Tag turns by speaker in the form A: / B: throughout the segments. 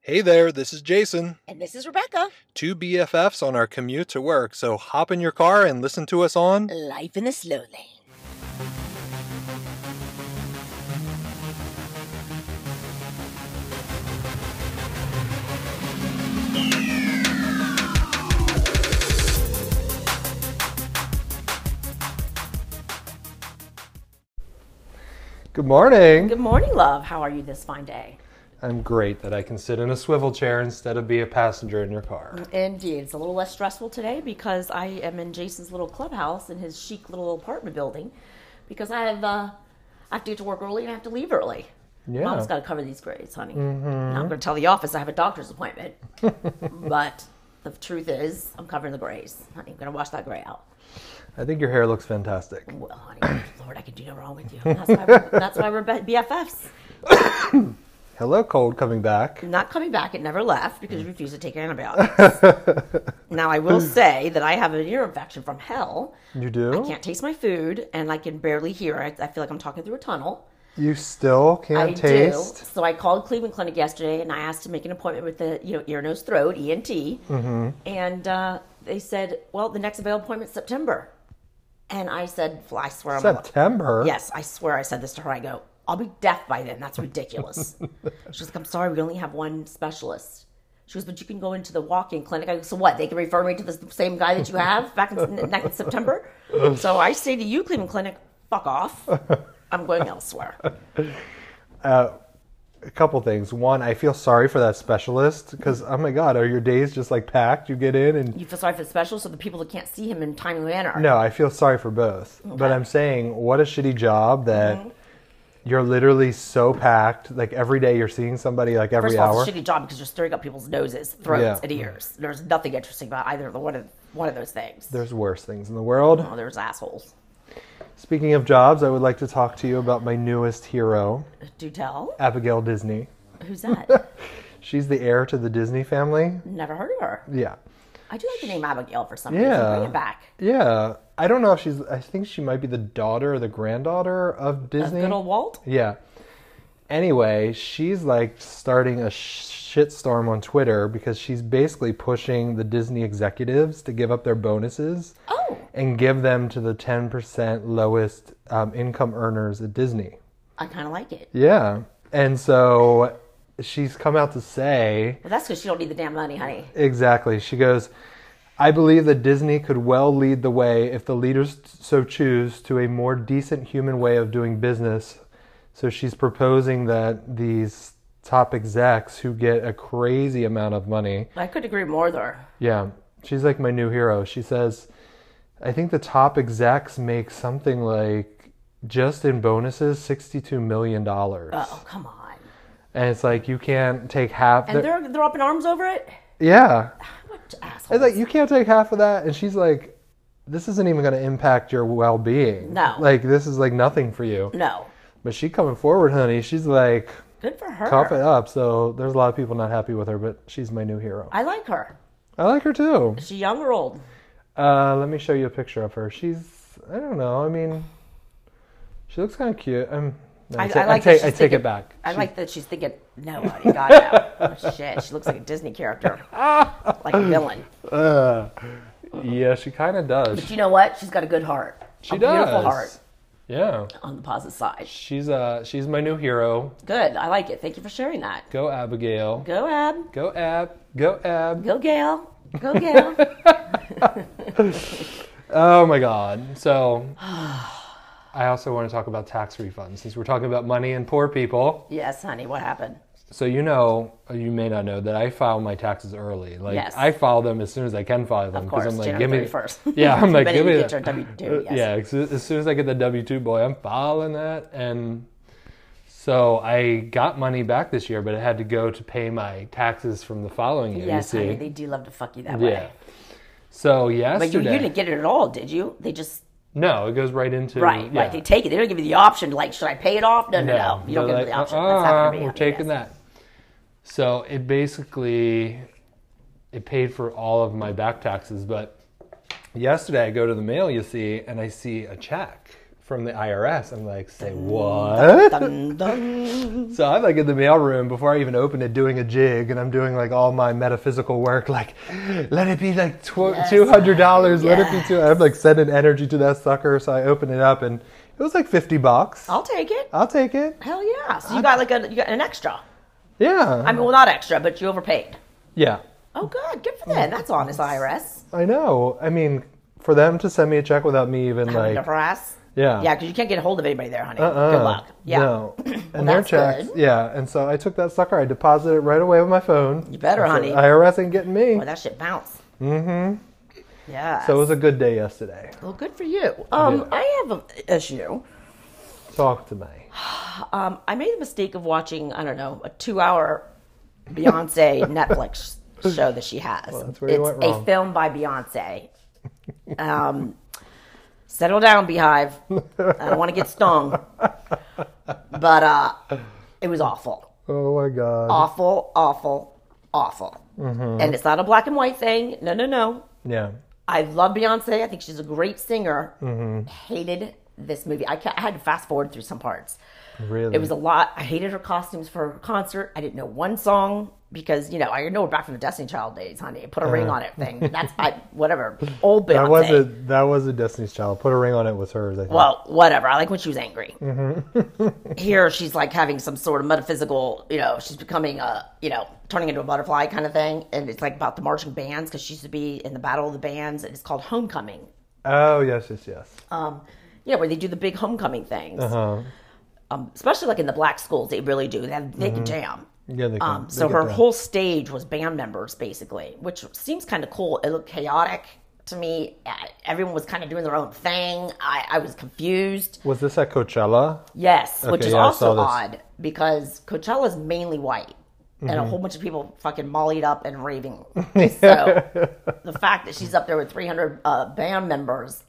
A: Hey there, this is Jason.
B: And this is Rebecca.
A: Two BFFs on our commute to work, so hop in your car and listen to us on.
B: Life in the slow lane.
A: Good morning.
C: Good morning, love. How are you this fine day?
A: I'm great that I can sit in a swivel chair instead of be a passenger in your car.
C: Indeed, it's a little less stressful today because I am in Jason's little clubhouse in his chic little apartment building because I have uh, I have to get to work early and I have to leave early.
A: Yeah.
C: Mom's got to cover these grades, honey. Now I'm going to tell the office I have a doctor's appointment, but the truth is I'm covering the grays, honey. I'm going to wash that gray out.
A: I think your hair looks fantastic.
C: Well, honey, Lord, I can do no wrong with you. That's why we're, that's why we're be- BFFs.
A: Hello, cold coming back.
C: not coming back. It never left because you refused to take antibiotics. now I will say that I have an ear infection from hell.
A: You do?
C: I can't taste my food, and I can barely hear. I, I feel like I'm talking through a tunnel.
A: You still
C: I
A: can't
C: do.
A: taste?
C: So I called Cleveland Clinic yesterday, and I asked to make an appointment with the you know ear, nose, throat (ENT),
A: Mm-hmm.
C: and uh, they said, "Well, the next available appointment's September." And I said, well, "I swear, on my life-
A: September?
C: Yes, I swear I said this to her. I go, I'll be deaf by then. That's ridiculous. She's like, I'm sorry, we only have one specialist. She goes, but you can go into the walk-in clinic. I go, so what? They can refer me to the same guy that you have back in, back in September. So I say to you, Cleveland Clinic, fuck off. I'm going elsewhere.
A: A couple things. One, I feel sorry for that specialist because, oh my God, are your days just like packed? You get in and
C: You feel sorry for the specialist or the people that can't see him in timely manner.
A: No, I feel sorry for both. But I'm saying, what a shitty job that
C: Mm-hmm.
A: you're literally so packed. Like every day, you're seeing somebody like every
C: First of all,
A: hour.
C: it's a shitty job because you're stirring up people's noses, throats,
A: Yeah.
C: and ears. There's nothing interesting about either of the one of one of those things.
A: There's worse things in the world.
C: oh, there's assholes.
A: Speaking of jobs, I would like to talk to you about my newest hero,
C: Do tell.
A: Abigail Disney.
C: Who's that?
A: She's the heir to the Disney family.
C: Never heard of her.
A: Yeah.
C: I do like the name Abigail for some
A: Yeah.
C: reason. Bring it back.
A: Yeah. I don't know if she's, I think she might be the daughter or the granddaughter of Disney.
C: Good old Walt.
A: Yeah. Anyway, she's like starting a shitstorm on Twitter because she's basically pushing the Disney executives to give up their bonuses
C: Oh,
A: and give them to the 10% lowest um, income earners at Disney.
C: I kind of like it.
A: Yeah. And so she's come out to say
C: Well, that's because she don't need the damn money, honey.
A: Exactly. She goes, I believe that Disney could well lead the way if the leaders so choose to a more decent human way of doing business. So she's proposing that these top execs who get a crazy amount of money.
C: I could agree more there.
A: Yeah, she's like my new hero. She says, I think the top execs make something like just in bonuses $62 million.
C: Oh, come on.
A: And it's like, you can't take half.
C: And they're they're up in arms over it.
A: yeah.
C: What
A: It's
C: assholes?
A: like you can't take half of that, and she's like, "This isn't even going to impact your well-being.
C: No.
A: like this is like nothing for you."
C: no,
A: But she coming forward, honey. She's like,
C: good for her.
A: "Cough it up." So there's a lot of people not happy with her, but she's my new hero.
C: I like her.
A: I like her too.
C: Is she young or old?
A: Uh, let me show you a picture of her. She's, I don't know. I mean, she looks kind of cute. Um, no, I,
C: I-
A: ta-
C: I like
A: I take,
C: that
A: I
C: she's
A: take it
C: thinking-
A: back.
C: I like that she's thinking, no, honey, God, no. Oh, shit, she looks like a Disney character, like a villain.
A: Uh, yeah, she kind of does.
C: But you know what? She's got a good heart.
A: She
C: a
A: does.
C: Beautiful heart
A: Yeah,
C: on the positive side.
A: she's uh, she's my new hero.
C: Good. I like it. Thank you for sharing that.
A: Go Abigail.
C: Go, Ab.
A: Go Ab. Go Ab.
C: Go, Gail. Go, Gail.
A: Oh my God. So I also want to talk about tax refunds since we're talking about money and poor people.
C: yes, honey. What happened?
A: So you know, or you may not know that I file my taxes early. Like
C: Yes.
A: I file them as soon as I can file them
C: Of course,
A: I'm like,
C: January
A: give me
C: first.
A: Yeah, I'm like, give me
C: get
A: the- Uh,
C: your W two. Yes.
A: Yeah, 'cause as soon as I get the W two boy, I'm filing that, and so I got money back this year, but it had to go to pay my taxes from the following year.
C: Yes,
A: you see,
C: honey. They do love to fuck you that
A: yeah.
C: way.
A: So
C: But you,
A: yesterday,
C: you didn't get it at all, did you? They just
A: no, it goes right into
C: right,
A: yeah.
C: right. They take it. They don't give you the option. Like, should I pay it off? No, no,
A: Yeah,
C: no. You don't
A: they're
C: give them the
A: like,
C: option.
A: "Uh-uh,
C: That's happened to me.
A: We're taking that. So it basically it paid for all of my back taxes, but yesterday I go to the mail, you see, and I see a check from the IRS. I'm like, say
C: Mm.
A: what?
C: Dun, dun.
A: So I'm like in the mail room before I even open it, doing a jig, and I'm doing like all my metaphysical work, like let it be like tw- two hundred dollars, let it be two. I'm like sending energy to that sucker. So I open it up, and it was like fifty bucks.
C: I'll take it.
A: I'll take it.
C: Hell yeah! So you got like a you got an extra.
A: Yeah.
C: I mean, well, not extra, but you overpaid.
A: yeah.
C: Oh, good, good for them. That's honest IRS.
A: I know. I mean, for them to send me a check without me even
C: Like,
A: like,
C: IRS.
A: yeah,
C: Yeah, because you can't get a hold of anybody there, honey.
A: Uh-uh.
C: Good luck. Yeah.
A: No. and their
C: that's
A: checks.
C: good.
A: Yeah. And so I took that sucker. I deposited it right away with my phone. You
C: better, honey.
A: IRS ain't getting me.
C: Boy, that shit bounced. Mm-hmm. Yeah.
A: So it was a good day yesterday.
C: well, good for you. Um, I have an issue.
A: Talk to me.
C: Um, I made the mistake of watching I don't know a two-hour Beyonce Netflix show that she has.
A: that's where
C: it's
A: you went
C: a
A: wrong.
C: film by Beyonce. Um, settle down, Beehive. I don't want to get stung, but uh, it was awful.
A: Oh my God.
C: awful, awful, awful.
A: Mm-hmm.
C: And it's not a black and white thing. No, no, no.
A: yeah.
C: I love Beyonce. I think she's a great singer. Hated this movie. I, ca- I had to fast forward through some parts.
A: Really.
C: It was a lot. I hated her costumes for her concert. I didn't know one song because you know I know her back from the Destiny Child days, honey. Put a ring on it thing. That's I, whatever. Old Beyonce.
A: that was a that was a Destiny's Child. Put a ring on it was hers. I think.
C: Well, whatever. I like when she was angry. Here, she's like having some sort of metaphysical, you know, she's becoming a, you know, turning into a butterfly kind of thing. And it's like about the marching bands because she used to be in the Battle of the Bands. And it's called Homecoming,
A: oh yes, yes, yes.
C: uh, you know, where they do the big homecoming things.
A: Uh-huh.
C: Um, especially like in the black schools, they really do. They, have, they can jam.
A: yeah. They can,
C: Um,
A: Mm-hmm. they
C: so
A: get
C: her
A: that.
C: whole stage was band members, basically, which seems kind of cool. It looked chaotic to me. I, everyone was kind of doing their own thing. I, I was confused.
A: was this at Coachella?
C: Yes, which
A: Okay,
C: is
A: yeah, I saw
C: also
A: this. Mm-hmm.
C: odd because Coachella is mainly white, and a whole bunch of people fucking mollied up and raving. So the fact that she's up there with 300 uh, band members,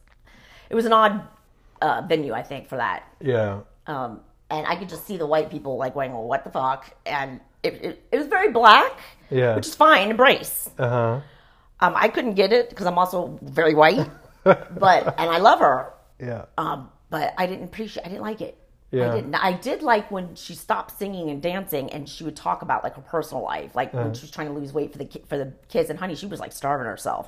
C: it was an odd uh, venue, I think, for that.
A: Yeah.
C: Um, and I could just see the white people like going, "Well, what the fuck?" And it it, it was very black,
A: Yeah.
C: which is fine. Embrace.
A: Uh huh.
C: Um, I couldn't get it because I'm also very white, but and I love her,
A: Yeah.
C: um, but I didn't appreciate. I didn't like it.
A: Yeah.
C: I didn't. I did like when she stopped singing and dancing, and she would talk about like her personal life, like when she was trying to lose weight for the ki- for the kids. And honey, she was like starving herself,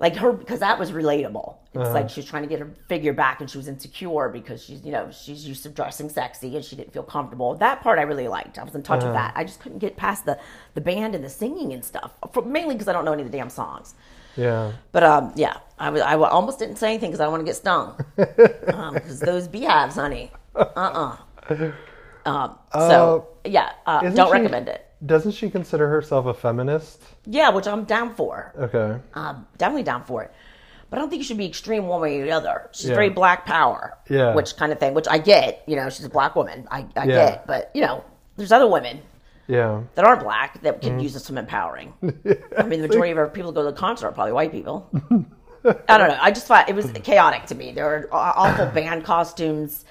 C: like her because that was relatable. It's like she was trying to get her figure back, and she was insecure because she's you know she's used to dressing sexy, and she didn't feel comfortable. That part I really liked. I was in touch with that. I just couldn't get past the the band and the singing and stuff, for, mainly because I don't know any of the damn songs.
A: yeah.
C: But um, yeah, I was I wa- almost didn't say anything because I don't want to get stung. Because those beehives, honey. Uh uh Um, so yeah, uh,
A: Uh, Isn't
C: don't
A: she-
C: recommend it.
A: Doesn't she consider herself a feminist?
C: Yeah, which I'm down for.
A: Okay.
C: Um, definitely down for it. But I don't think you should be extreme one way or the other. She's
A: Yeah.
C: very black power,
A: Yeah.
C: which kind of thing. Which I get. You know, she's a black woman. I, I
A: Yeah.
C: get. But you know, there's other women
A: Yeah.
C: that are black that can
A: Mm.
C: use this some empowering. I mean, the majority of our people who go to the concert are probably white people. I don't know. I just thought it was chaotic to me. There were aw- awful band costumes.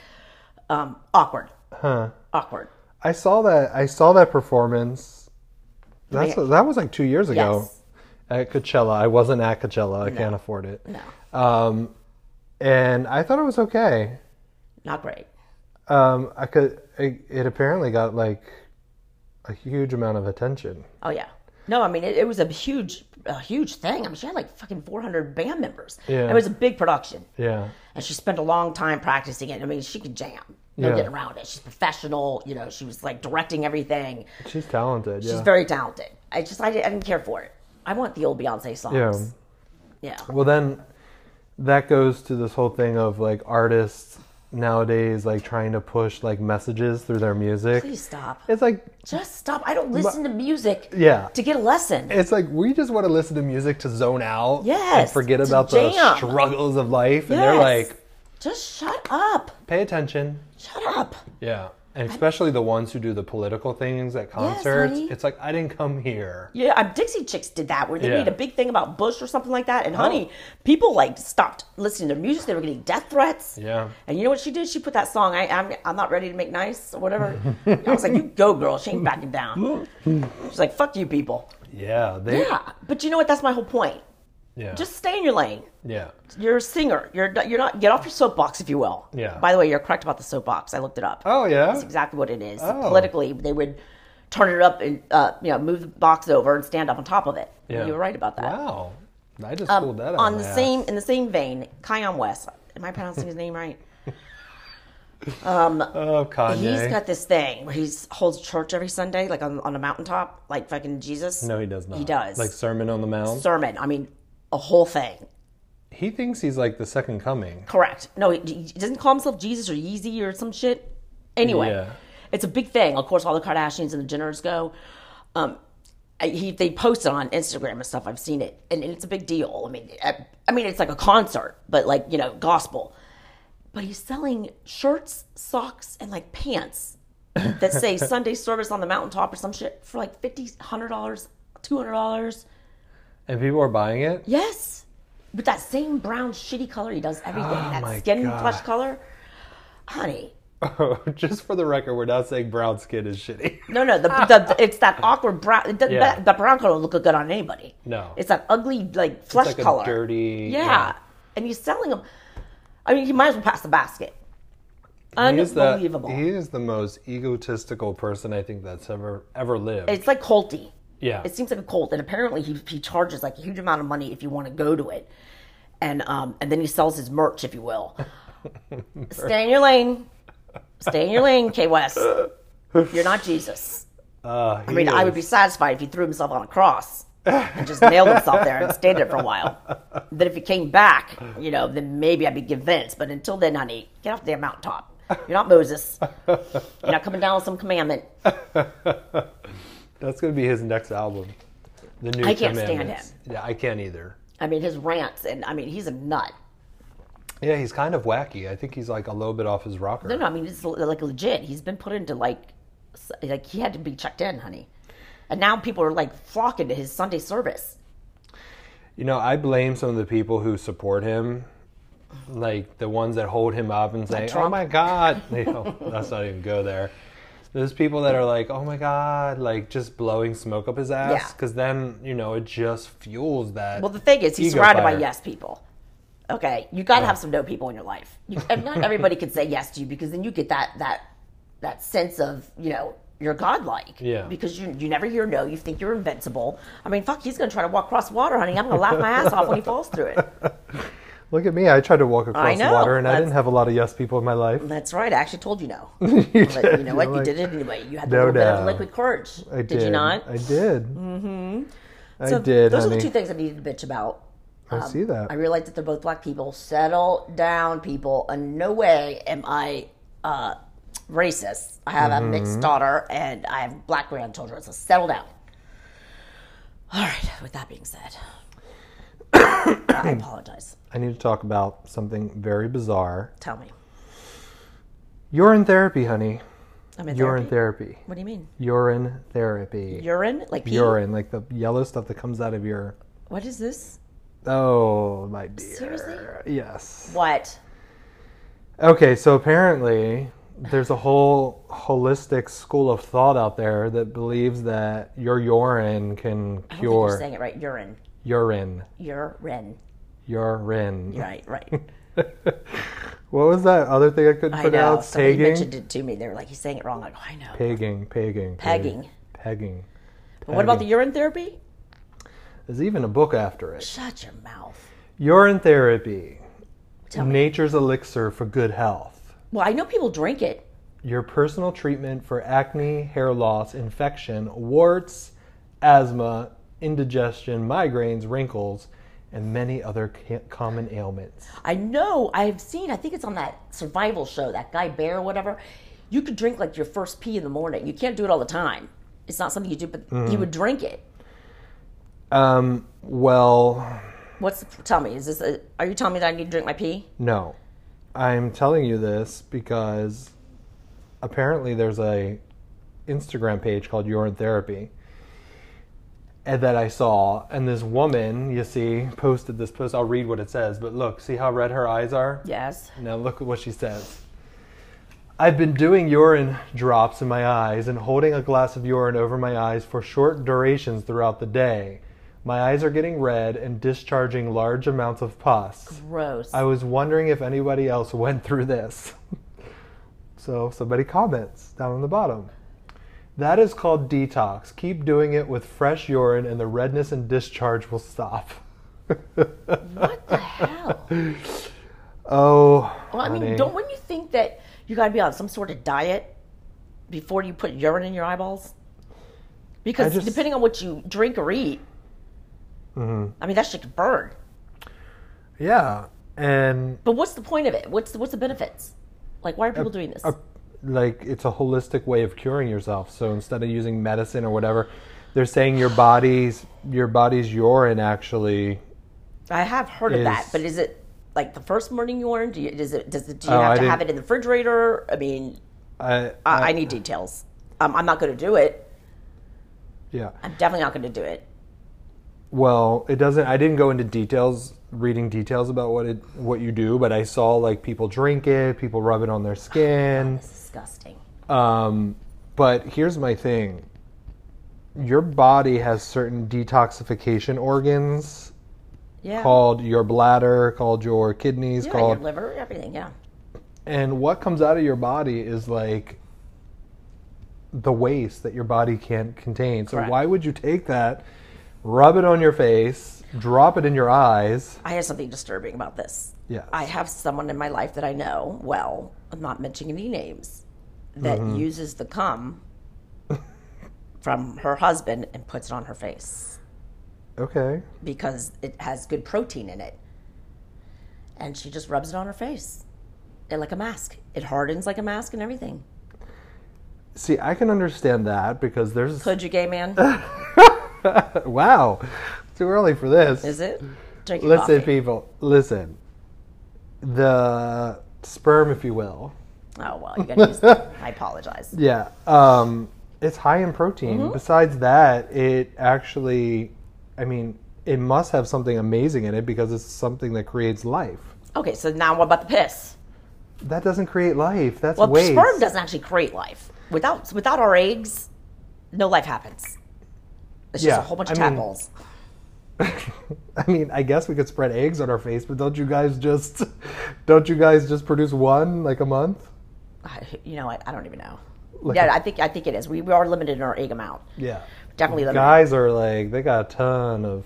C: Um, awkward. Huh. Awkward.
A: I saw that. I saw that performance. That's that was like two years ago
C: Oh, Yes.
A: at Coachella. I wasn't at Coachella. I can't afford it.
C: No,
A: Um, and I thought it was okay.
C: not great.
A: Um, I could. It, it apparently got like a huge amount of attention.
C: Oh yeah. No, I mean it, it was a huge, a huge thing. I mean she had like fucking 400 band members.
A: Yeah.
C: It was a big production,
A: Yeah.
C: and she spent a long time practicing it. I mean she could jam. No
A: Yeah.
C: getting around it. She's professional. You know, she was like directing everything.
A: She's talented. Yeah.
C: She's very talented. I just I, didn't- I didn't care for it. I want the old Beyonce
A: yeah.
C: songs. Yeah.
A: Well, then that goes to this whole thing of like artists nowadays like trying to push like messages through their music.
C: Please stop.
A: It's like
C: Just stop. I don't listen to music.
A: Yeah.
C: To get a lesson.
A: it's like we just want to listen to music to zone out and
C: Yes,
A: forget
C: to
A: about the
C: jam.
A: struggles of life and they're
C: Yes.
A: like
C: Just shut up.
A: pay attention
C: Shut up.
A: yeah and especially the ones who do the political things at concerts
C: honey.
A: it's like i didn't come here
C: Yeah, um, Dixie Chicks did that where they
A: Yeah. Oh.
C: made a big thing about Bush or something like that. And honey, people like stopped listening to music. They were getting death threats.
A: Yeah.
C: And you know what she did? She put that song. I, I'm I'm not ready to make nice or whatever. I was like, you go, girl. She ain't backing down. She's like, fuck you, people.
A: yeah they
C: Yeah, but you know what? That's my whole point.
A: Yeah.
C: Just stay in your lane.
A: yeah.
C: You're a singer. You're not- you're not get off your soapbox, if you will.
A: Yeah.
C: By the way, you're correct about the soapbox. I looked it up.
A: Oh yeah.
C: That's exactly what it is.
A: Oh.
C: Politically, they would turn it up and uh, you know move the box over and stand up on top of it.
A: Yeah.
C: You were right about that.
A: Wow. I just pulled that out.
C: Um, on
A: of
C: the
A: my ass.
C: same in the same vein, Kion West. Am I pronouncing his name right?
A: Oh Kanye.
C: He's got this thing where he holds church every Sunday, like on, on a mountaintop, like fucking Jesus.
A: no, he does not.
C: He does.
A: Like Sermon on the Mount.
C: sermon. I mean, a whole thing.
A: he thinks he's like the second coming.
C: Correct. No, he, he doesn't call himself Jesus or Yeezy or some shit. Anyway,
A: Yeah.
C: it's a big thing. Of course, all the Kardashians and the Jenners go. Um, I- he, they post it on Instagram and stuff. I've seen it, and it's a big deal. I mean, I, I mean, it's like a concert, but like you know, gospel. But he's selling shirts, socks, and like pants that say Sunday service on the mountaintop or some shit for like fifty, hundred dollars, two hundred dollars.
A: And people are buying it?
C: Yes. With that same brown shitty color he does everything.
A: Oh, my
C: that skin
A: God.
C: flesh color. Honey.
A: just for the record, we're not saying brown skin is shitty.
C: No, no, the, the, it's that awkward brown. It doesn't,
A: Yeah.
C: that, that brown color don't look good on anybody.
A: No.
C: It's that ugly, like, flesh
A: like a
C: color.
A: dirty-
C: Yeah.
A: yeah.
C: And he's selling them. I mean, he might as well pass the basket.
A: He's the-
C: Unbelievable.
A: he is the most egotistical person I think that's ever ever lived.
C: It's like Colty.
A: yeah.
C: It seems like a cult, and apparently he, he charges like a huge amount of money if you want to go to it, and um and then he sells his merch, if you will. Stay in your lane. Stay in your lane, K West. You're not Jesus.
A: Uh,
C: I mean, I would be satisfied if he threw himself on a cross and just nailed himself there and stayed there for a while. Then if he came back, you know, then maybe I'd be convinced. But until then, honey, get off the damn mountaintop. You're not Moses. You're not coming down with some commandment.
A: That's going to be his next album. The new
C: I can't stand
A: Commandments. Yeah, I can't either.
C: I mean, his rants, and I mean, he's a nut.
A: Yeah, he's kind of wacky. I think he's like a little bit off his rocker.
C: No, no, I mean it's like legit. He's been put into like, s- like he had to be checked in, honey. And now people are like flocking to his Sunday service.
A: You know, I blame some of the people who support him, like the ones that hold him up and say, "Oh
C: Trump.
A: my God," you know, let's not even go there. There's people that are like, "Oh my God," like just blowing smoke up his ass,
C: Yeah.
A: because then you know it just fuels that.
C: Well, the thing is, he's
A: Ego
C: surrounded by
A: fire.
C: yes people. Okay, you got to have some no people in your life. You, and not everybody can say yes to you because then you get that that that sense of you know you're godlike.
A: Yeah.
C: Because you you never hear no. You think you're invincible. I mean, fuck, he's gonna try to walk across water, honey. I'm gonna laugh my ass off when he falls through it.
A: Look at me! I tried to walk across
C: know,
A: water, and I
C: that's-
A: didn't have a lot of yes people in my life.
C: That's right. I actually told you no.
A: You
C: But you
A: did.
C: know what?
A: You're
C: you
A: like,
C: did it anyway. You had the
A: No
C: little bit of
A: doubt.
C: liquid courage.
A: I
C: did, you not?
A: I did. Mm-hmm. I
C: So
A: did,
C: Those
A: honey. Uh,
C: are the two things I needed to bitch about.
A: I see that.
C: I realized that they're both black people. Settle down, people. And no way am I uh, racist. I have a mixed
A: Mm-hmm.
C: daughter and I have black grandchildren. So settle down. All right. With that being said, I apologize.
A: I need to talk about something very bizarre.
C: Tell me.
A: You're in therapy, honey.
C: I'm in
A: You're in
C: therapy.
A: therapy.
C: What do you mean?
A: Urine therapy.
C: Urine? Like pee?
A: urine, like the yellow stuff that comes out of your.
C: What is this?
A: Oh my dear.
C: Seriously?
A: Yes.
C: What?
A: Okay, so apparently there's a whole holistic school of thought out there that believes that your urine can
C: I don't think you're
A: cure
C: saying it right. Urine.
A: urine.
C: Urine.
A: Urine.
C: Right, right.
A: What was that other thing I couldn't
C: I know.
A: pronounce?
C: Somebody
A: Tagging.
C: mentioned it to me. They were like, he's saying it wrong. Like, oh, I know.
A: Pegging. Pegging.
C: Pegging.
A: Pegging.
C: But what about the urine therapy?
A: There's even a book after it.
C: Shut your mouth.
A: Urine therapy.
C: Tell me.
A: Nature's elixir for good health.
C: Well, I know people drink it.
A: your personal treatment for acne, hair loss, infection, warts, asthma, indigestion, migraines, wrinkles, and many other ca- common ailments.
C: I know. I've seen. I think it's on that survival show, that guy Bear or whatever. You could drink like your first pee in the morning. You can't do it all the time. It's not something you do, but you would drink it.
A: Um, well,
C: What's the, tell me? Is this? A, are you telling me that I need to drink my pee?
A: no. I'm telling you this because apparently there's a Instagram page called Urine Therapy and that I saw and this woman, you see, posted this post. I'll read what it says, but look, see how red her eyes are?
C: Yes.
A: Now look at what she says. I've been doing urine drops in my eyes and holding a glass of urine over my eyes for short durations throughout the day. My eyes are getting red and discharging large amounts of pus.
C: Gross.
A: I was wondering if anybody else went through this. so somebody comments down on the bottom. That is called detox. Keep doing it with fresh urine and the redness and discharge will stop.
C: what the hell?
A: Oh,
C: Well, I mean,
A: honey.
C: don't when you think that you got to be on some sort of diet before you put urine in your eyeballs? Because
A: just-
C: depending on what you drink or eat,
A: Mm-hmm.
C: I mean that shit could burn.
A: Yeah. And
C: But what's the point of it? What's the, what's the benefits? Like, why are people doing this?
A: like it's a holistic way of curing yourself. So instead of using medicine or whatever, they're saying your body's your body's urine actually.
C: I have heard of that,
A: is-
C: but is it like the first morning urine? Do you does it does it, do you
A: Oh,
C: have
A: I
C: to have it
A: didn't-
C: in the refrigerator? I mean,
A: I,
C: I, I need details. Um, I'm not going to do it.
A: yeah.
C: I'm definitely not going to do it.
A: Well, it doesn't. I didn't go into details, reading details about what it what you do, but I saw like people drink it, people rub it on their skin.
C: It's disgusting.
A: Um, but here's my thing. Your body has certain detoxification organs
C: Yeah.
A: called your bladder, called your kidneys,
C: yeah,
A: called
C: your liver, everything. Yeah.
A: and what comes out of your body is like the waste that your body can't contain. So
C: Correct.
A: why would you take that, rub it on your face, drop it in your eyes?
C: I have something disturbing about this.
A: Yes.
C: I have someone in my life that I know well. I'm not mentioning any names that uses the cum from her husband and puts it on her face
A: Okay.
C: because it has good protein in it. And she just rubs it on her face. It like a mask. It hardens like a mask and everything.
A: See, I can understand that because there's
C: Could you, gay man?
A: wow, too early for this.
C: Is it? Drink your
A: listen,
C: coffee.
A: people, listen. The sperm, if you will,
C: Oh well, you gotta use that. I apologize.
A: yeah, um, it's high in protein.
C: Mm-hmm.
A: Besides that, it actually, I mean, it must have something amazing in it because it's something that creates life.
C: Okay, so now what about the piss?
A: That doesn't create life. That's
C: Well,
A: waste.
C: sperm doesn't actually create life. Without without our eggs, no life happens. It's just
A: Yeah,
C: a whole bunch
A: I
C: of
A: mean-
C: tadpoles.
A: I mean, I guess we could spread eggs on our face, but don't you guys just, don't you guys just produce one like a month?
C: I, you know, I, I don't even know.
A: Like
C: yeah,
A: a-
C: I think I think it is. We, we are limited in our egg amount.
A: Yeah.
C: Definitely limited.
A: Guys are like they got a ton of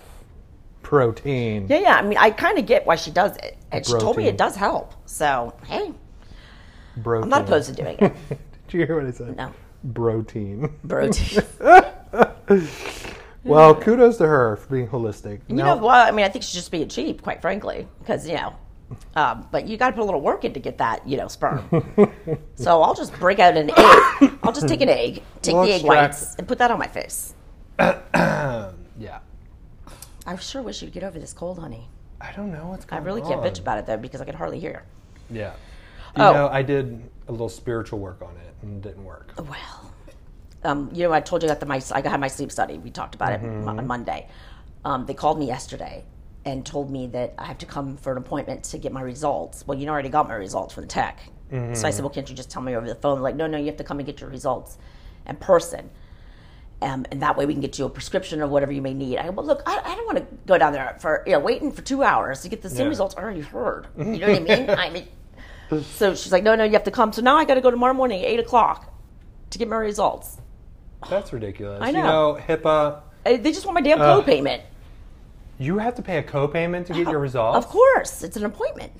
A: protein.
C: Yeah, yeah. I mean, I kind of get why she does it, and she told me
A: Protein.
C: it does help. So hey,
A: Protein.
C: I'm not opposed to doing it.
A: Did you hear what I said?
C: No,
A: Protein.
C: protein.
A: Well, kudos to her for being holistic.
C: You know, well, I mean, I think she's just being cheap, quite frankly, because you know. Um, but you got to put a little work in to get that, you know, sperm. so I'll just break out an egg. I'll just take an egg, take
A: We'll
C: the egg
A: extract-
C: whites, and put that on my face.
A: um, yeah.
C: I sure wish you'd get over this cold, honey.
A: I don't know what's
C: I
A: going on.
C: really can't bitch about it though because I can hardly hear.
A: Yeah. You
C: Oh.
A: know, I did a little spiritual work on it and it didn't work.
C: Well, um, you know, I told you that the my I had my sleep study. We talked about it m- on Monday. Um, they called me yesterday and told me that I have to come for an appointment to get my results. Well, you know, I already got my results from the tech. So I said, well, can't you just tell me over the phone? They're like, no, no, you have to come and get your results in person. Um, and that way we can get you a prescription or whatever you may need. I go, well, look, I, I don't want to go down there for, you know, waiting for two hours to get the same
A: Yeah.
C: results I already heard. You know what I mean? I mean, so she's like, no, no, you have to come. So now I got to go tomorrow morning, at 8 o'clock, to get my results.
A: That's ridiculous.
C: I
A: You
C: know.
A: know, HIPAA,
C: Uh, They just want my damn
A: Ugh.
C: co-payment.
A: you have to pay a copayment to get your results?
C: Of course, it's an appointment.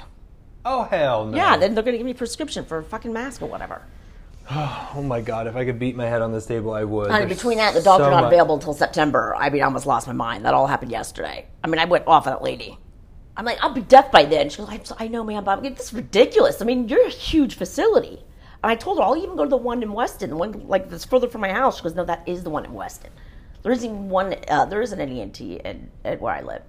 A: Oh, hell no.
C: Yeah, then they're gonna give me a prescription for a fucking mask or whatever.
A: oh my God, if I could beat my head on this table, I would.
C: I mean,
A: There's
C: between that and the doctor
A: so
C: not
A: much-
C: available until September, I mean, I almost lost my mind. That all happened yesterday. I mean, I went off on that lady. I'm like, I'll be deaf by then. She goes, I'm so, I know, ma'am, but I'm like, this is ridiculous. I mean, you're a huge facility. And I told her, I'll even go to the one in Weston, the one like that's further from my house. She goes, no, that is the one in Weston. There isn't even one. Uh, there isn't an ENT at, at where I live.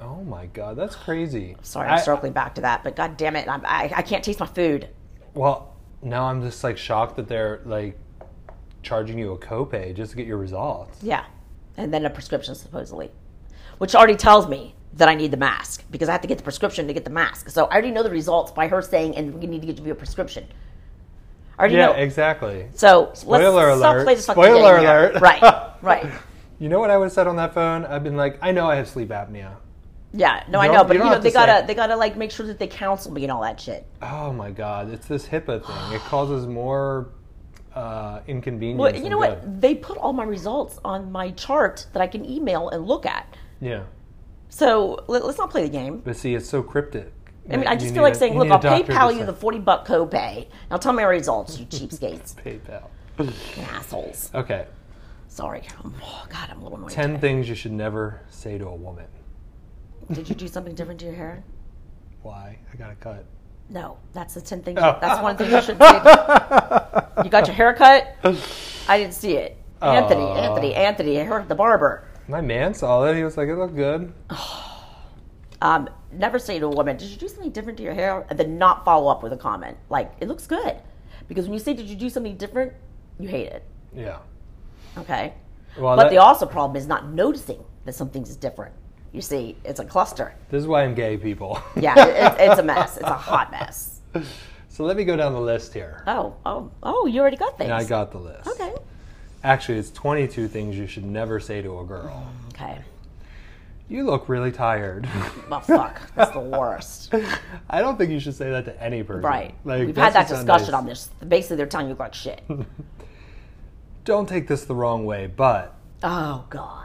A: Oh my God, that's crazy.
C: Sorry, I'm
A: I-
C: circling back to that, but god damn it, I'm, I, I can't taste my food.
A: Well, now I'm just like shocked that they're like charging you a copay just to get your results.
C: Yeah. And then a prescription, supposedly, which already tells me that I need the mask because I have to get the prescription to get the mask. So I already know the results by her saying, and we need to get you a prescription. I already
A: Yeah,
C: know.
A: exactly.
C: so let's
A: Spoiler
C: stop
A: alert.
C: playing this fucking
A: Spoiler
C: game here.
A: alert.
C: Right, right.
A: You know what I would have said on that phone? I've been like, I know I have sleep apnea.
C: Yeah, no, I
A: don't-
C: know,
A: you
C: but you,
A: don't
C: know
A: have
C: they
A: to say.
C: gotta they gotta like make sure that they counsel me and all that shit.
A: Oh my God, it's this HIPAA thing. It causes more uh, inconvenience.
C: But you
A: than
C: know
A: good.
C: what? They put all my results on my chart that I can email and look at.
A: Yeah.
C: So let, us not play the game.
A: But see, it's so cryptic.
C: I mean, I
A: You
C: just
A: need
C: feel like
A: a-
C: saying,
A: you
C: look,
A: need a
C: I'll
A: doctor to
C: PayPal you
A: say-
C: the forty buck copay. Now tell me my results, you cheapskates,
A: PayPal.
C: assholes.
A: Okay.
C: Sorry. Um, Oh, God, I'm a little annoyed.
A: 10 things you should never say to a woman.
C: Did you do something different to your hair?
A: Why? I got a cut.
C: No, that's the ten things.
A: Oh.
C: That's one thing you should. Say. You got your haircut? I didn't see it. Anthony,
A: Aw.
C: Anthony, Anthony, I heard the barber.
A: My man saw that. He was like, it looked good.
C: Um, never say to a woman, "Did you do something different to your hair?" And then not follow up with a comment like, "It looks good," because when you say, "Did you do something different?" you hate it.
A: Yeah.
C: Okay.
A: Well,
C: but
A: that-
C: the also problem is not noticing that something's different. You see, it's a cluster.
A: This is why I'm gay, people.
C: Yeah, it, it's- it's a mess. It's a hot mess.
A: so let me go down the list here.
C: Oh, oh, oh! You already got things.
A: I got the list.
C: Okay.
A: Actually, it's 22 things you should never say to a girl.
C: Okay.
A: You look really tired.
C: Well, fuck. That's the worst.
A: I don't think you should say that to any person.
C: Right.
A: Like,
C: We've had that
A: that's just
C: discussion
A: unnice.
C: on this. Basically, they're telling you like shit.
A: Don't take this the wrong way, but
C: oh God.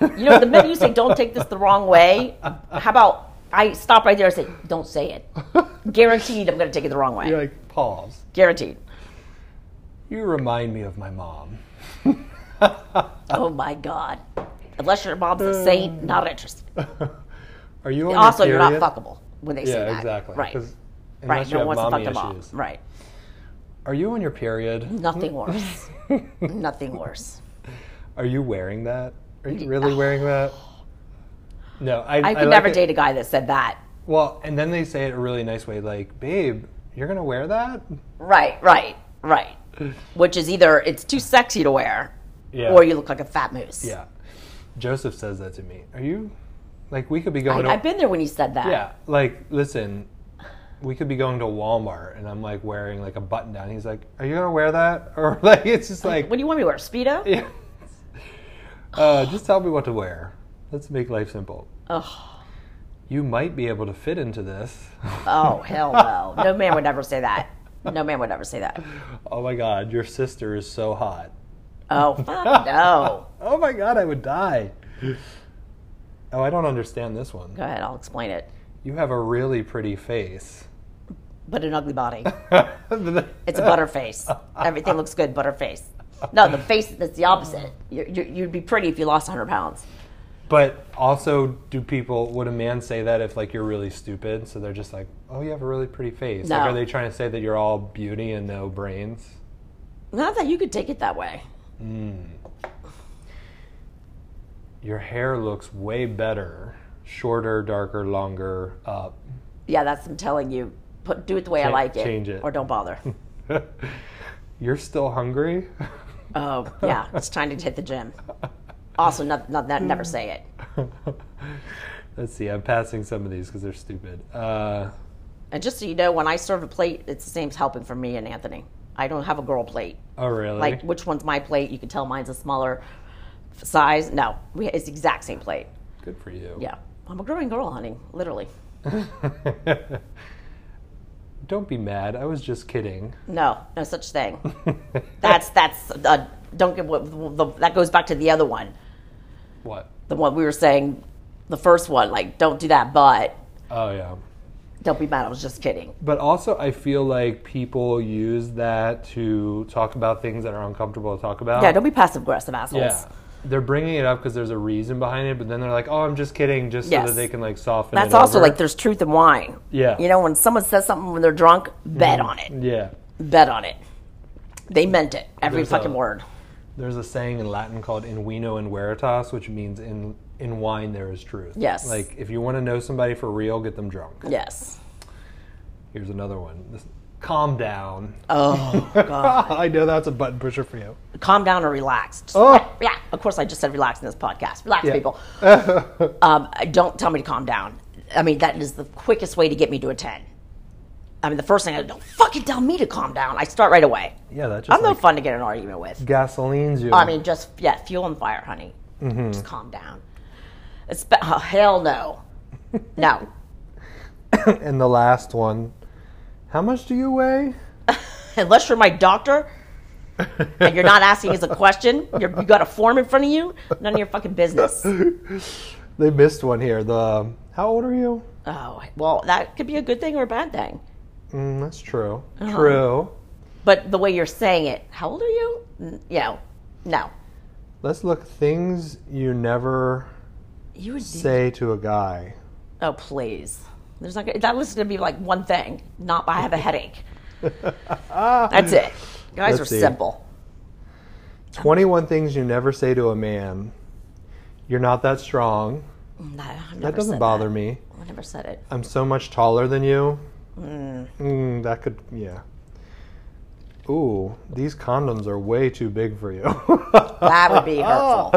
C: You know, the minute you say "Don't take this the wrong way," how about I stop right there and say, "Don't say it." Guaranteed, I'm going to take it the wrong way.
A: you're like, pause.
C: Guaranteed.
A: You remind me of my mom.
C: Oh my God. Unless your mom's a saint, not interested.
A: Are you on
C: Also,
A: your
C: you're not
A: period?
C: fuckable when they say
A: Yeah,
C: that.
A: exactly.
C: Right.
A: 'Cause
C: Right.
A: Unless
C: No
A: you
C: one
A: have
C: wants to
A: mommy
C: fuck the mom.
A: issues.
C: Right.
A: Are you on your period?
C: Nothing worse. Nothing worse.
A: Are you wearing that? Are you really wearing that? No, I,
C: I could
A: like
C: never
A: it-
C: date a guy that said that.
A: Well, and then they say it a really nice way, like, "Babe, you're gonna wear that?"
C: Right, right, right. Which is either it's too sexy to wear,
A: Yeah.
C: or you look like a fat moose.
A: Yeah. Joseph says that to me. Are you? Like, we could be
C: I,
A: going to.
C: I've been there when you said that.
A: yeah. Like, listen, we could be going to Walmart, and I'm like wearing like a button down. He's like, "Are you gonna wear that?" Or like, it's just like,
C: What do you want me to wear? Speedo?
A: yeah. uh, just tell me what to wear. Let's make life simple.
C: Ugh.
A: You might be able to fit into this.
C: Oh hell no! No man would ever say that. No man would ever say that.
A: Oh my god, your sister is so hot.
C: Oh fuck no!
A: Oh my god, I would die. Oh, I don't understand this one.
C: Go ahead, I'll explain it.
A: You have a really pretty face.
C: But an ugly body.
A: it's
C: It's a butterface. Everything looks good, butterface. No, the face that's the opposite. you you you'd be pretty if you lost 100 pounds.
A: But also, do people would a man say that if like you're really stupid? So they're just like, oh, you have a really pretty face. Like,
C: No.
A: are they trying to say that you're all beauty and no brains?
C: Not that you could take it that way.
A: Your hair looks way better, shorter, darker, longer, up.
C: Yeah, that's them telling you. Put, do it the way I
A: Cha-
C: like it,
A: change it.
C: or don't bother.
A: you're still hungry.
C: Oh yeah, it's time to hit the gym. Also, not, not that never say it.
A: Let's see. I'm passing some of these because they're stupid. Uh,
C: And just so you know, when I serve a plate, it's the same helping for me and Anthony. I don't have a girl plate.
A: oh, really?
C: Like which one's my plate? You can tell mine's a smaller f- size. No, we, it's the exact same plate.
A: Good for you.
C: Yeah, I'm a growing girl, honey. Literally.
A: Don't be mad. I was just kidding.
C: No, no such thing. that's that's uh, don't get what the, that goes back to the other one,
A: What?
C: the one we were saying, the first one. Like don't do that, but
A: Oh, yeah.
C: don't be mad. I was just kidding.
A: But also, I feel like people use that to talk about things that are uncomfortable to talk about.
C: Yeah, don't be passive aggressive assholes.
A: Yeah. They're bringing it up because there's a reason behind it, but then they're like, "Oh, I'm just kidding," just so
C: Yes.
A: that they can like soften.
C: That's
A: it
C: also
A: over.
C: like there's truth in wine.
A: Yeah. Mm-hmm.
C: You know, when someone says something when they're drunk, bet on it.
A: yeah.
C: Bet on it. They meant it. Every
A: There's
C: fucking
A: a-
C: word.
A: There's a saying in Latin called "in vino in veritas," which means in in wine there is truth.
C: Yes.
A: Like if you want to know somebody for real, get them drunk.
C: Yes.
A: Here's another one. This, calm down.
C: Oh god.
A: I know that's a button pusher for you.
C: Calm down or relax. Just-
A: Oh.
C: Yeah. Of course I just said relax in this podcast. Relax,
A: Yeah.
C: people. um, don't tell me to calm down. I mean, that is the quickest way to get me to a ten. I mean the first thing I do, don't fucking tell me to calm down. I start right away.
A: Yeah, that just
C: I'm no
A: like,
C: fun to get in an argument with.
A: gasolines you.
C: I mean, just yeah, fuel and fire, honey.
A: Mm-hmm.
C: Just calm down. It's, oh, hell no. No.
A: And the last one. How much do you weigh?
C: Unless you're my doctor and you're not asking us a question, you're, you got a form in front of you, none of your fucking business.
A: They missed one here. The how old are you?
C: Oh, well, that could be a good thing or a bad thing.
A: Mm, that's true.
C: Uh-huh.
A: True.
C: But the way you're saying it, how old are you? N- Yeah, no.
A: Let's look things you never
C: You would be,
A: say to a guy.
C: oh please. There's not gonna, that was gonna be like one thing. Not I have a headache. That's it. You guys
A: Let's
C: are
A: see.
C: simple.
A: 21 things you never say to a man. You're not that strong.
C: No, I never
A: That
C: said
A: doesn't bother me.
C: I never said it.
A: I'm so much taller than you. Mm, that could, yeah. Ooh, these condoms are way too big for you.
C: That would be hurtful.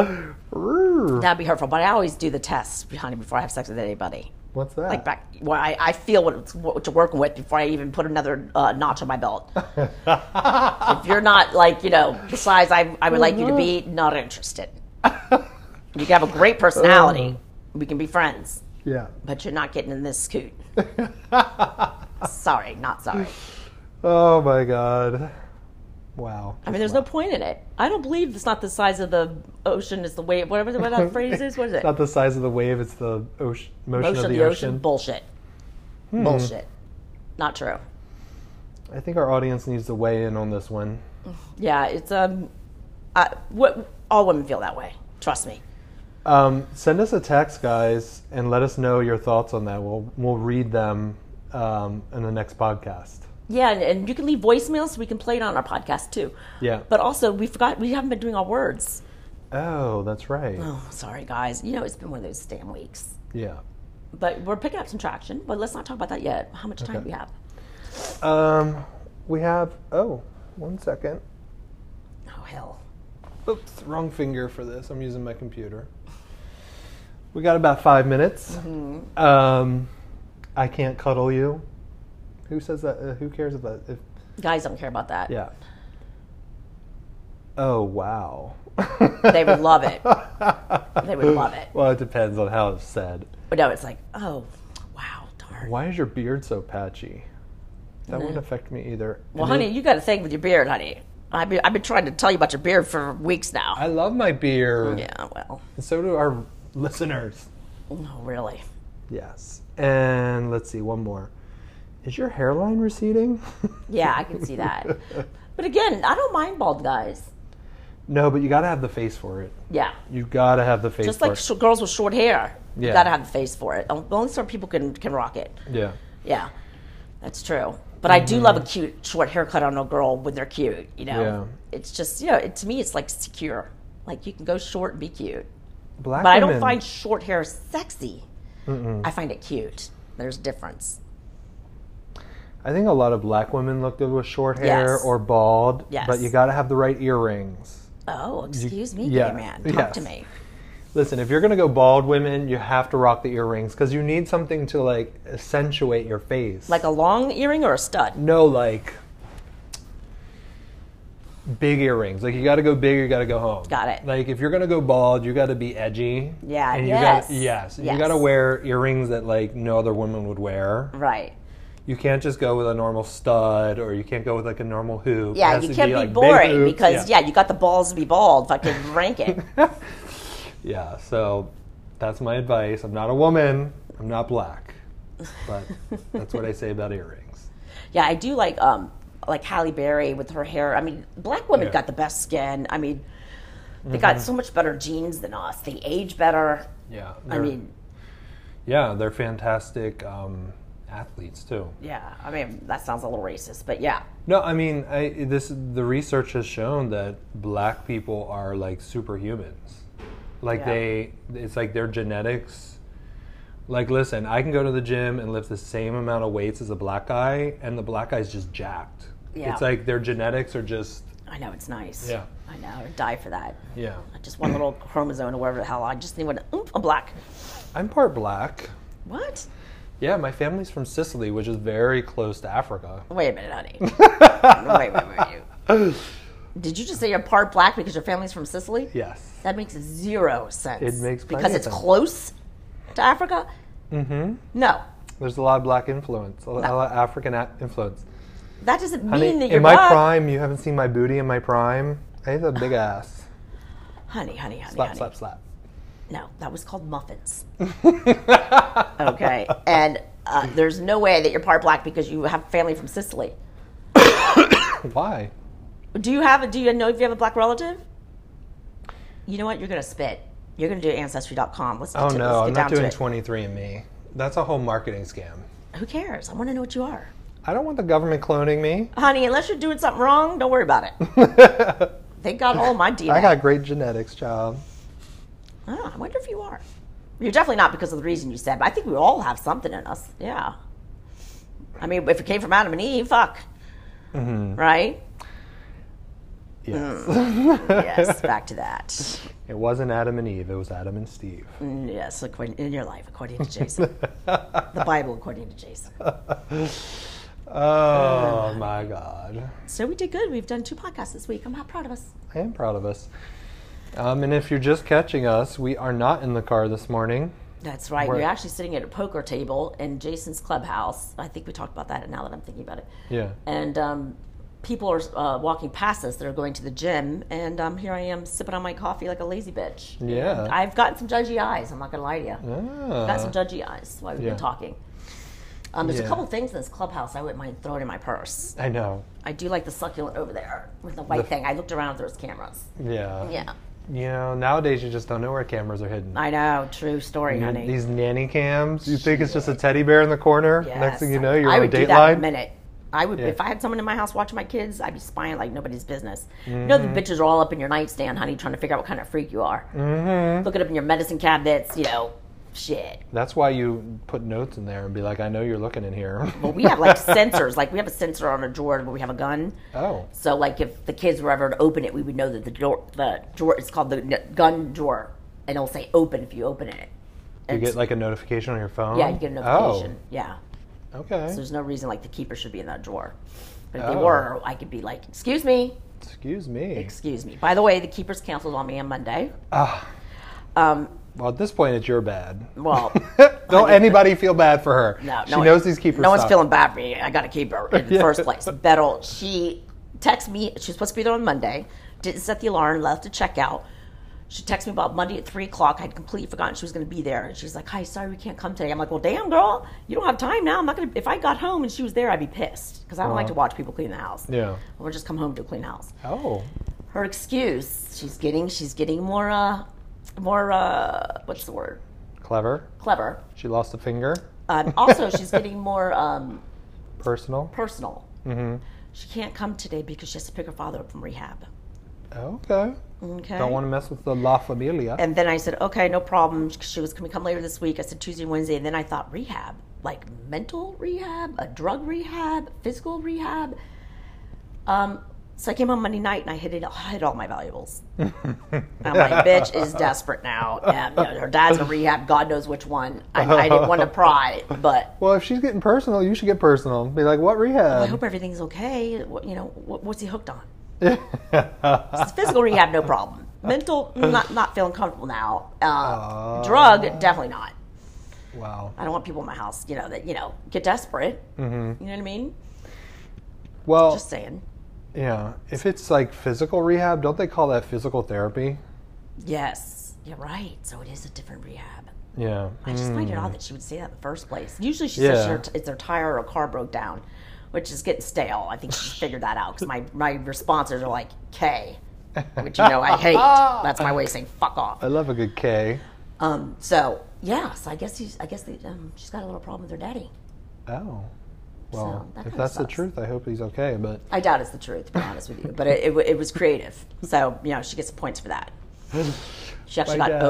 A: Oh. Ooh,
C: That'd be hurtful. But I always do the tests, honey, before I have sex with anybody.
A: What's that?
C: Like back, well, I, I feel what, it's- what you're working with before I even put another uh, notch on my belt. if you're not like you know the size I, I would like you to be, not interested. you can have a great personality. We can be friends,
A: Yeah.
C: but you're not getting in this scoot. sorry, not sorry.
A: Oh my god. Wow.
C: I mean, there's no point in it. I don't believe it's not the size of the ocean is the wave. Whatever the- what that phrase is, what is it?
A: Not the size of the wave, it's the ocean, motion,
C: Ocean
A: of the, ocean. Hmm.
C: Bullshit. Bullshit. Not true.
A: I think our audience needs to weigh in on this one.
C: Yeah, it's um, I, what all women feel that way. Trust me.
A: Um, send us a text, guys, and let us know your thoughts on that. We'll we'll read them um, in the next podcast.
C: Yeah, and, and you can leave voicemails. We can play it on our podcast too.
A: Yeah.
C: But also, we forgot we haven't been doing our words.
A: Oh, that's right.
C: Oh, sorry guys. You know it's been one of those damn weeks.
A: Yeah.
C: But we're picking up some traction. But let's not talk about that yet. How much time
A: Okay.
C: do we have?
A: Um, we have. Oh, one second.
C: Oh hell.
A: Oops, wrong finger for this. I'm using my computer. We got about five minutes.
C: Mm-hmm.
A: Um, I can't cuddle you. Who says that? Uh, who cares about if?
C: Guys don't care about that.
A: Yeah. Oh wow.
C: They would love it. they would love it.
A: Well, it depends on how it's said.
C: But no, it's like, oh, wow, darn.
A: Why is your beard so patchy? That wouldn't affect me either.
C: Well,
A: And
C: honey,
A: it-
C: you got a thing with your beard, honey. I've been, I've been trying to tell you about your beard for weeks now.
A: I love my beard.
C: yeah, well,
A: And so do our listeners.
C: no, really.
A: Yes. And let's see, one more. Is your hairline receding?
C: Yeah, I can see that. but again, I don't mind bald guys.
A: no, but you gotta have the face for it.
C: Yeah.
A: You gotta have the face
C: Just
A: for
C: like
A: it.
C: sh- girls with short hair. You
A: Yeah.
C: gotta have the face for it. O- Only certain people can, can rock it.
A: yeah.
C: Yeah, that's true. But I do love a cute short haircut on a girl when they're cute, you know?
A: Mm-hmm. Yeah.
C: It's just, you know, it, to me, it's like secure. Like you can go short and be cute.
A: Black
C: But I
A: women,
C: don't find short hair sexy. I find it cute. There's a difference.
A: I think a lot of black women look good with short hair
C: Yes.
A: or bald.
C: Yes.
A: But you gotta have the right earrings.
C: Oh, excuse me,
A: yeah,
C: gay man. Talk to
A: yes.
C: me.
A: Listen, if you're gonna go bald women, you have to rock the earrings because you need something to like accentuate your face.
C: Like a long earring or a stud?
A: no like big earrings. Like you got to go big, or you got to go home.
C: Got it.
A: Like if you're gonna go bald, you got to be edgy.
C: Yeah,
A: And you
C: yes.
A: Gotta, yes. and You
C: Yes.
A: got to wear earrings that like no other woman would wear.
C: Right.
A: You can't just go with a normal stud, or you can't go with like a normal hoop. It
C: Yeah,
A: has
C: you
A: to
C: can't be,
A: like, big
C: boring
A: hoops.
C: because, yeah. you got the balls to be bald. Fucking rank it.
A: Yeah, so that's my advice. I'm not a woman. I'm not black. But that's what I say about earrings.
C: Yeah, I do like um like Halle Berry with her hair. I mean, black women
A: Yeah. Mm-hmm.
C: got the best skin. I mean, they got so much better genes than us. They age better.
A: Yeah.
C: I
A: they're-
C: mean,
A: yeah, they're fantastic um, athletes too.
C: yeah. I mean, that sounds a little racist, but yeah.
A: No, I mean, I, this the research has shown that black people are like superhumans. Like
C: Yeah.
A: they, it's like their genetics. Like, listen, I can go to the gym and lift the same amount of weights as a black guy, and the black guy's just jacked.
C: Yeah.
A: It's like their genetics are just
C: I know it's nice.
A: Yeah.
C: I know. I'd die for that.
A: yeah.
C: Just one little chromosome or whatever the hell. I just need one. Oomph, I'm black.
A: I'm part black.
C: What?
A: Yeah, my family's from Sicily, which is very close to Africa.
C: Wait a minute, honey. wait, wait, wait. Did you just say you're part black because your family's from Sicily?
A: Yes.
C: That makes zero sense.
A: It makes plenty
C: because
A: of
C: it's
A: sense.
C: close to Africa. Mm-hmm. No,
A: There's a lot of black influence, a lot of African a- influence.
C: that doesn't
A: Honey,
C: mean that you're
A: in my
C: black.
A: prime, you haven't seen my booty in my prime. I have a big ass.
C: honey, honey, honey,
A: Slap,
C: honey.
A: slap, slap.
C: No, that was called muffins. okay, and uh, there's no way that you're part black because you have family from Sicily.
A: Why?
C: Do you have? Do you know if you have a black relative? You know what? You're gonna spit. You're gonna do ancestry.com. Let's
A: Oh
C: let's
A: no, I'm
C: get
A: not doing
C: down to it.
A: 23andMe. That's a whole marketing scam.
C: Who cares? I want to know what you are,
A: I don't want the government cloning me.
C: honey. Unless you're doing something wrong, don't worry about it. Thank God, all my DNA.
A: I got great genetics, child.
C: Oh, I wonder if you are. You're definitely not because of the reason you said, but I think we all have something in us. Yeah. I mean, if it came from Adam and Eve, fuck. Right?
A: Yes.
C: Mm. Yes, back to that.
A: It wasn't Adam and Eve, it was Adam and Steve.
C: Mm, Yes, according, in your life, according to Jason. the Bible, according to Jason.
A: Oh my god.
C: So we did good. We've done two podcasts this week. I'm not proud of us.
A: I am proud of us. Um, and if you're just catching us, we are not in the car this morning.
C: That's right.
A: Right.
C: We're actually sitting at a poker table in Jason's clubhouse. I think we talked about that now that I'm thinking about it.
A: Yeah.
C: and um, people are uh, walking past us that are going to the gym, and um, here I am sipping on my coffee like a lazy bitch.
A: Yeah.
C: I've gotten some judgy eyes. I'm not gonna lie to you.
A: Ah.
C: Got some judgy eyes while we've
A: Yeah.
C: been talking. Um, there's
A: Yeah.
C: a couple things in this clubhouse I wouldn't mind throwing in my purse.
A: I know.
C: I do like the succulent over there with the white
A: The-
C: thing. I looked around if there was cameras.
A: Yeah.
C: Yeah,
A: You know, nowadays you just don't know where cameras are hidden.
C: I know. True story, honey.
A: These nanny cams. You think it's just a teddy bear in the corner?
C: Yes.
A: Next thing you know, you're
C: I
A: on
C: would do that in a
A: Dateline.
C: minute. I would if I had someone in my house watching my kids, I'd be spying like nobody's business. You know the
A: Mm-hmm.
C: bitches are all up in your nightstand, honey, trying to figure out what kind of freak you are. Mm-hmm. Looking up in your medicine cabinets, you know, shit.
A: That's why you put notes in there and be like, I know you're looking in here.
C: But we have like sensors. Like we have a sensor on a drawer where we have a gun.
A: oh.
C: So like if the kids were ever to open it, we would know that the door, the drawer, it's called the n- gun drawer, and it'll say open if you open it.
A: You
C: And
A: get like a notification on your phone?
C: yeah, you get a notification. Yeah.
A: Oh, okay.
C: So there's no reason like the keeper should be in that drawer. But if they
A: Oh.
C: were, I could be like, excuse me,
A: Excuse me.
C: excuse me. By the way, the keepers canceled on me on Monday.
A: Ah,
C: Um,
A: well, at this point, it's your bad.
C: well,
A: Don't anybody feel bad for her.
C: no, no
A: she
C: one-
A: knows these keepers.
C: No one's
A: suck.
C: feeling bad for me. I got to keep her in the
A: Yeah.
C: first place. Bettle, she texted me. She was supposed to be there on Monday. Didn't set the alarm. Left to check out. She texted me about Monday at three o'clock. I'd completely forgotten she was going to be there, and she's like, "Hi, sorry we can't come today." I'm like, "Well, damn girl, you don't have time now. I'm not going to. If I got home and she was there, I'd be pissed because I don't like to watch people clean the house.
A: Yeah.
C: or just come home to a clean house.
A: Oh,
C: her excuse. She's getting she's getting more uh more uh what's the word?
A: clever.
C: Clever.
A: She lost a finger.
C: Um, also, she's getting more um,
A: Personal.
C: personal. Mm-hmm. She can't come today because she has to pick her father up from rehab.
A: Okay.
C: Okay.
A: Don't want to mess with the La Familia.
C: and then I said, okay, no problem. She was going to come later this week. I said Tuesday and Wednesday. And then I thought rehab, like mental rehab, a drug rehab, physical rehab. Um, so I came home Monday night and I hid it, hid all my valuables. I'm like, bitch is desperate now. And, you know, her dad's in rehab, God knows which one. I, I didn't want to pry, but
A: well, if she's getting personal, you should get personal. Be like, what
C: I
A: rehab?
C: hope everything's okay. What, you know, what, what's he hooked on? It's physical rehab, no problem. Mental, not not feeling comfortable now. Uh, drug, definitely not.
A: wow.
C: I don't want people in my house, you know, that, you know, get desperate. You know what I mean?
A: Well,
C: Just saying.
A: yeah. If it's like physical rehab, don't they call that physical therapy?
C: Yes. You're right. So it is a different rehab.
A: Yeah.
C: I just find it odd that she would say that in the first place. Usually she says
A: Yeah.
C: her, it's her tire or car broke down, which is getting stale. I think she figured that out because my, my responses are like, K, which you know I hate. That's my way of saying fuck off.
A: I love a good K.
C: Um, so, yeah, so I guess, he's, I guess they, um, she's got a little problem with her daddy.
A: Oh. Well,
C: that
A: if
C: kinda
A: that's the
C: sucks.
A: truth, I hope he's okay. But
C: I doubt it's the truth, to be honest with you. But it, it, wa- it was creative. So, you know, she gets points for that. She actually
A: My
C: got
A: dad.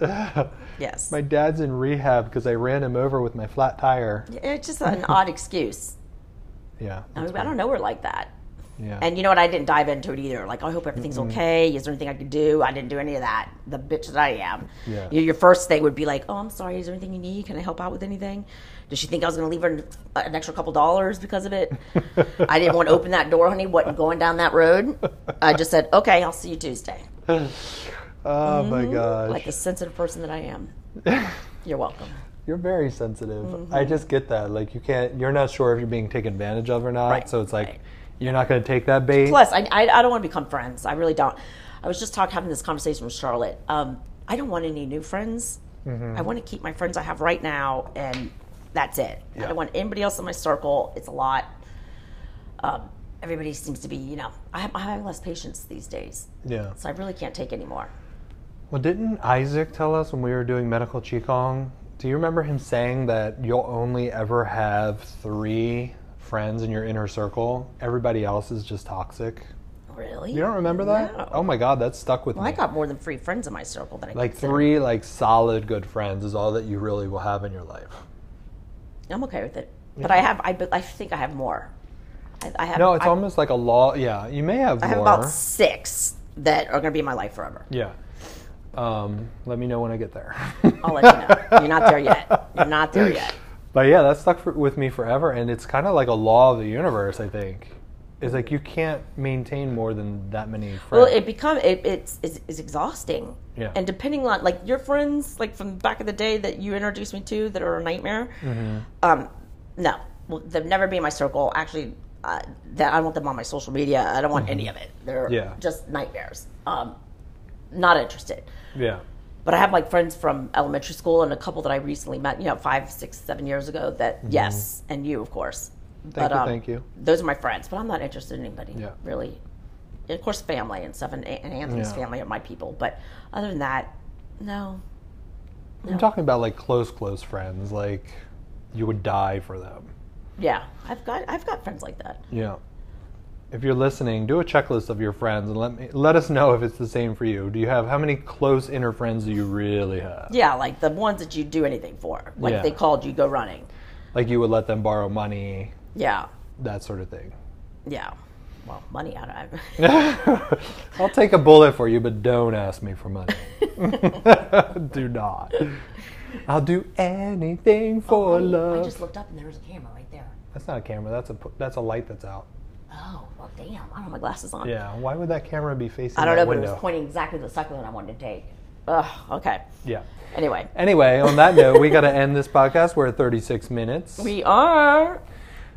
C: okay. Yes.
A: my dad's in rehab because I ran him over with my flat tire.
C: it's just an odd excuse.
A: Yeah.
C: I, mean, I don't know her like that.
A: Yeah.
C: And you know what? I didn't dive into it either. Like, I hope everything's okay. Is there anything I can do? I didn't do any of that. The bitch that I am.
A: Yeah.
C: Your, your first thing would be like, oh, I'm sorry. Is there anything you need? Can I help out with anything? Did she think I was going to leave her an, an extra couple dollars because of it? I didn't want to open that door, honey. Wasn't going down that road. I just said, okay, I'll see you Tuesday.
A: Oh my gosh.
C: Mm-hmm. Like the sensitive person that I am. You're welcome.
A: You're very sensitive.
C: Mm-hmm.
A: I just get that. Like you can't. You're not sure if you're being taken advantage of or not.
C: Right,
A: So it's like
C: right.
A: you're not going to take that bait.
C: Plus, I, I, I don't want to become friends. I really don't. I was just talking, having this conversation with Charlotte. Um, I don't want any new friends.
A: Mm-hmm.
C: I want to keep my friends I have right now, and that's it. I
A: Yeah.
C: don't want anybody else in my circle. It's a lot. Um, everybody seems to be, you know, I have, I'm having less patience these days,
A: yeah.
C: so I really can't take anymore.
A: Well, didn't Isaac tell us when we were doing medical qigong? Do you remember him saying that you'll only ever have three friends in your inner circle? Everybody else is just toxic.
C: Really?
A: You don't remember that?
C: No.
A: Oh my god, that stuck with
C: Well, I
A: me.
C: got more than three friends in my circle that I
A: like
C: consider-
A: three like solid good friends is all that you really will have in your life.
C: I'm okay with it, but I have. I, be- I think I have more. I, I have.
A: No, it's
C: I,
A: almost like a law. Yeah, you may have
C: I have
A: more.
C: about six that are going to be in my life forever.
A: Yeah. Um, let me know when I get there.
C: I'll let you know. You're not there yet. You're not there yet.
A: but yeah, that stuck for, with me forever, and it's kind of like a law of the universe. I think it's like you can't maintain more than that many friends.
C: Well, it become it, it's, it's it's exhausting.
A: Yeah.
C: And depending on like your friends, like from back in the day that you introduced me to, that are a nightmare.
A: Mm-hmm.
C: Um, no, well, they've never been in my circle. Actually, uh, that I don't want them on my social media. I don't want any of it. They're
A: Mm-hmm. Yeah.
C: just nightmares. Um, not interested.
A: yeah,
C: but I have like friends from elementary school and a couple that I recently met, you know, five, six, seven years ago. That yes, and you of course.
A: Mm-hmm. Thank
C: um,
A: you, thank you.
C: Those are my friends, but I'm not interested in anybody
A: Yeah.
C: really. Of course, family and stuff, and, and Anthony's
A: Yeah.
C: family are my people. But other than that, no.
A: I'm talking about like close, close friends. Like you would die for them.
C: Yeah, I've got I've got friends like that.
A: Yeah. If you're listening, do a checklist of your friends and let me let us know if it's the same for you. Do you have how many close inner friends do you really have?
C: Yeah, like the ones that you do anything for. Like
A: Yeah.
C: if they called you, go running.
A: Like you would let them borrow money,
C: Yeah,
A: that sort of thing.
C: yeah. Well, money out of
A: I'll take a bullet for you, but don't ask me for money. do not. I'll do anything for
C: Oh, I
A: love.
C: just looked up and there was a camera right there.
A: That's not a camera. That's a pu- that's a light that's out.
C: Oh well, damn! I don't have my glasses on.
A: Yeah. Why would that camera be facing
C: I don't know,
A: that
C: but it
A: window?
C: was pointing exactly the succulent I wanted to take. Ugh, okay.
A: yeah.
C: Anyway,
A: Anyway, on that note, we got to end this podcast. We're at 36 minutes.
C: we are.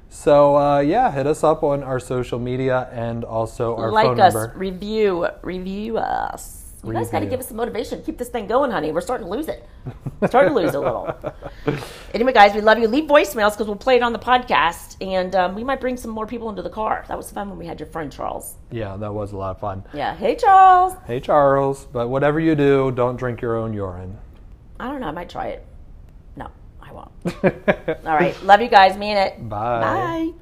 A: so uh, yeah, hit us up on our social media and also our
C: like
A: phone
C: us,
A: number.
C: review, review us. You guys got to
A: Review.
C: give us some motivation. Keep this thing going, honey. We're starting to lose it. starting to lose a little. Anyway, guys, we love you. Leave voicemails because we'll play it on the podcast, and um, we might bring some more people into the car. That was fun when we had your friend Charles.
A: Yeah, that was a lot of fun.
C: Yeah. Hey, Charles.
A: Hey Charles, but whatever you do, don't drink your own urine.
C: I don't know. I might try it. No, I won't. All right. Love you guys. Mean it. Bye.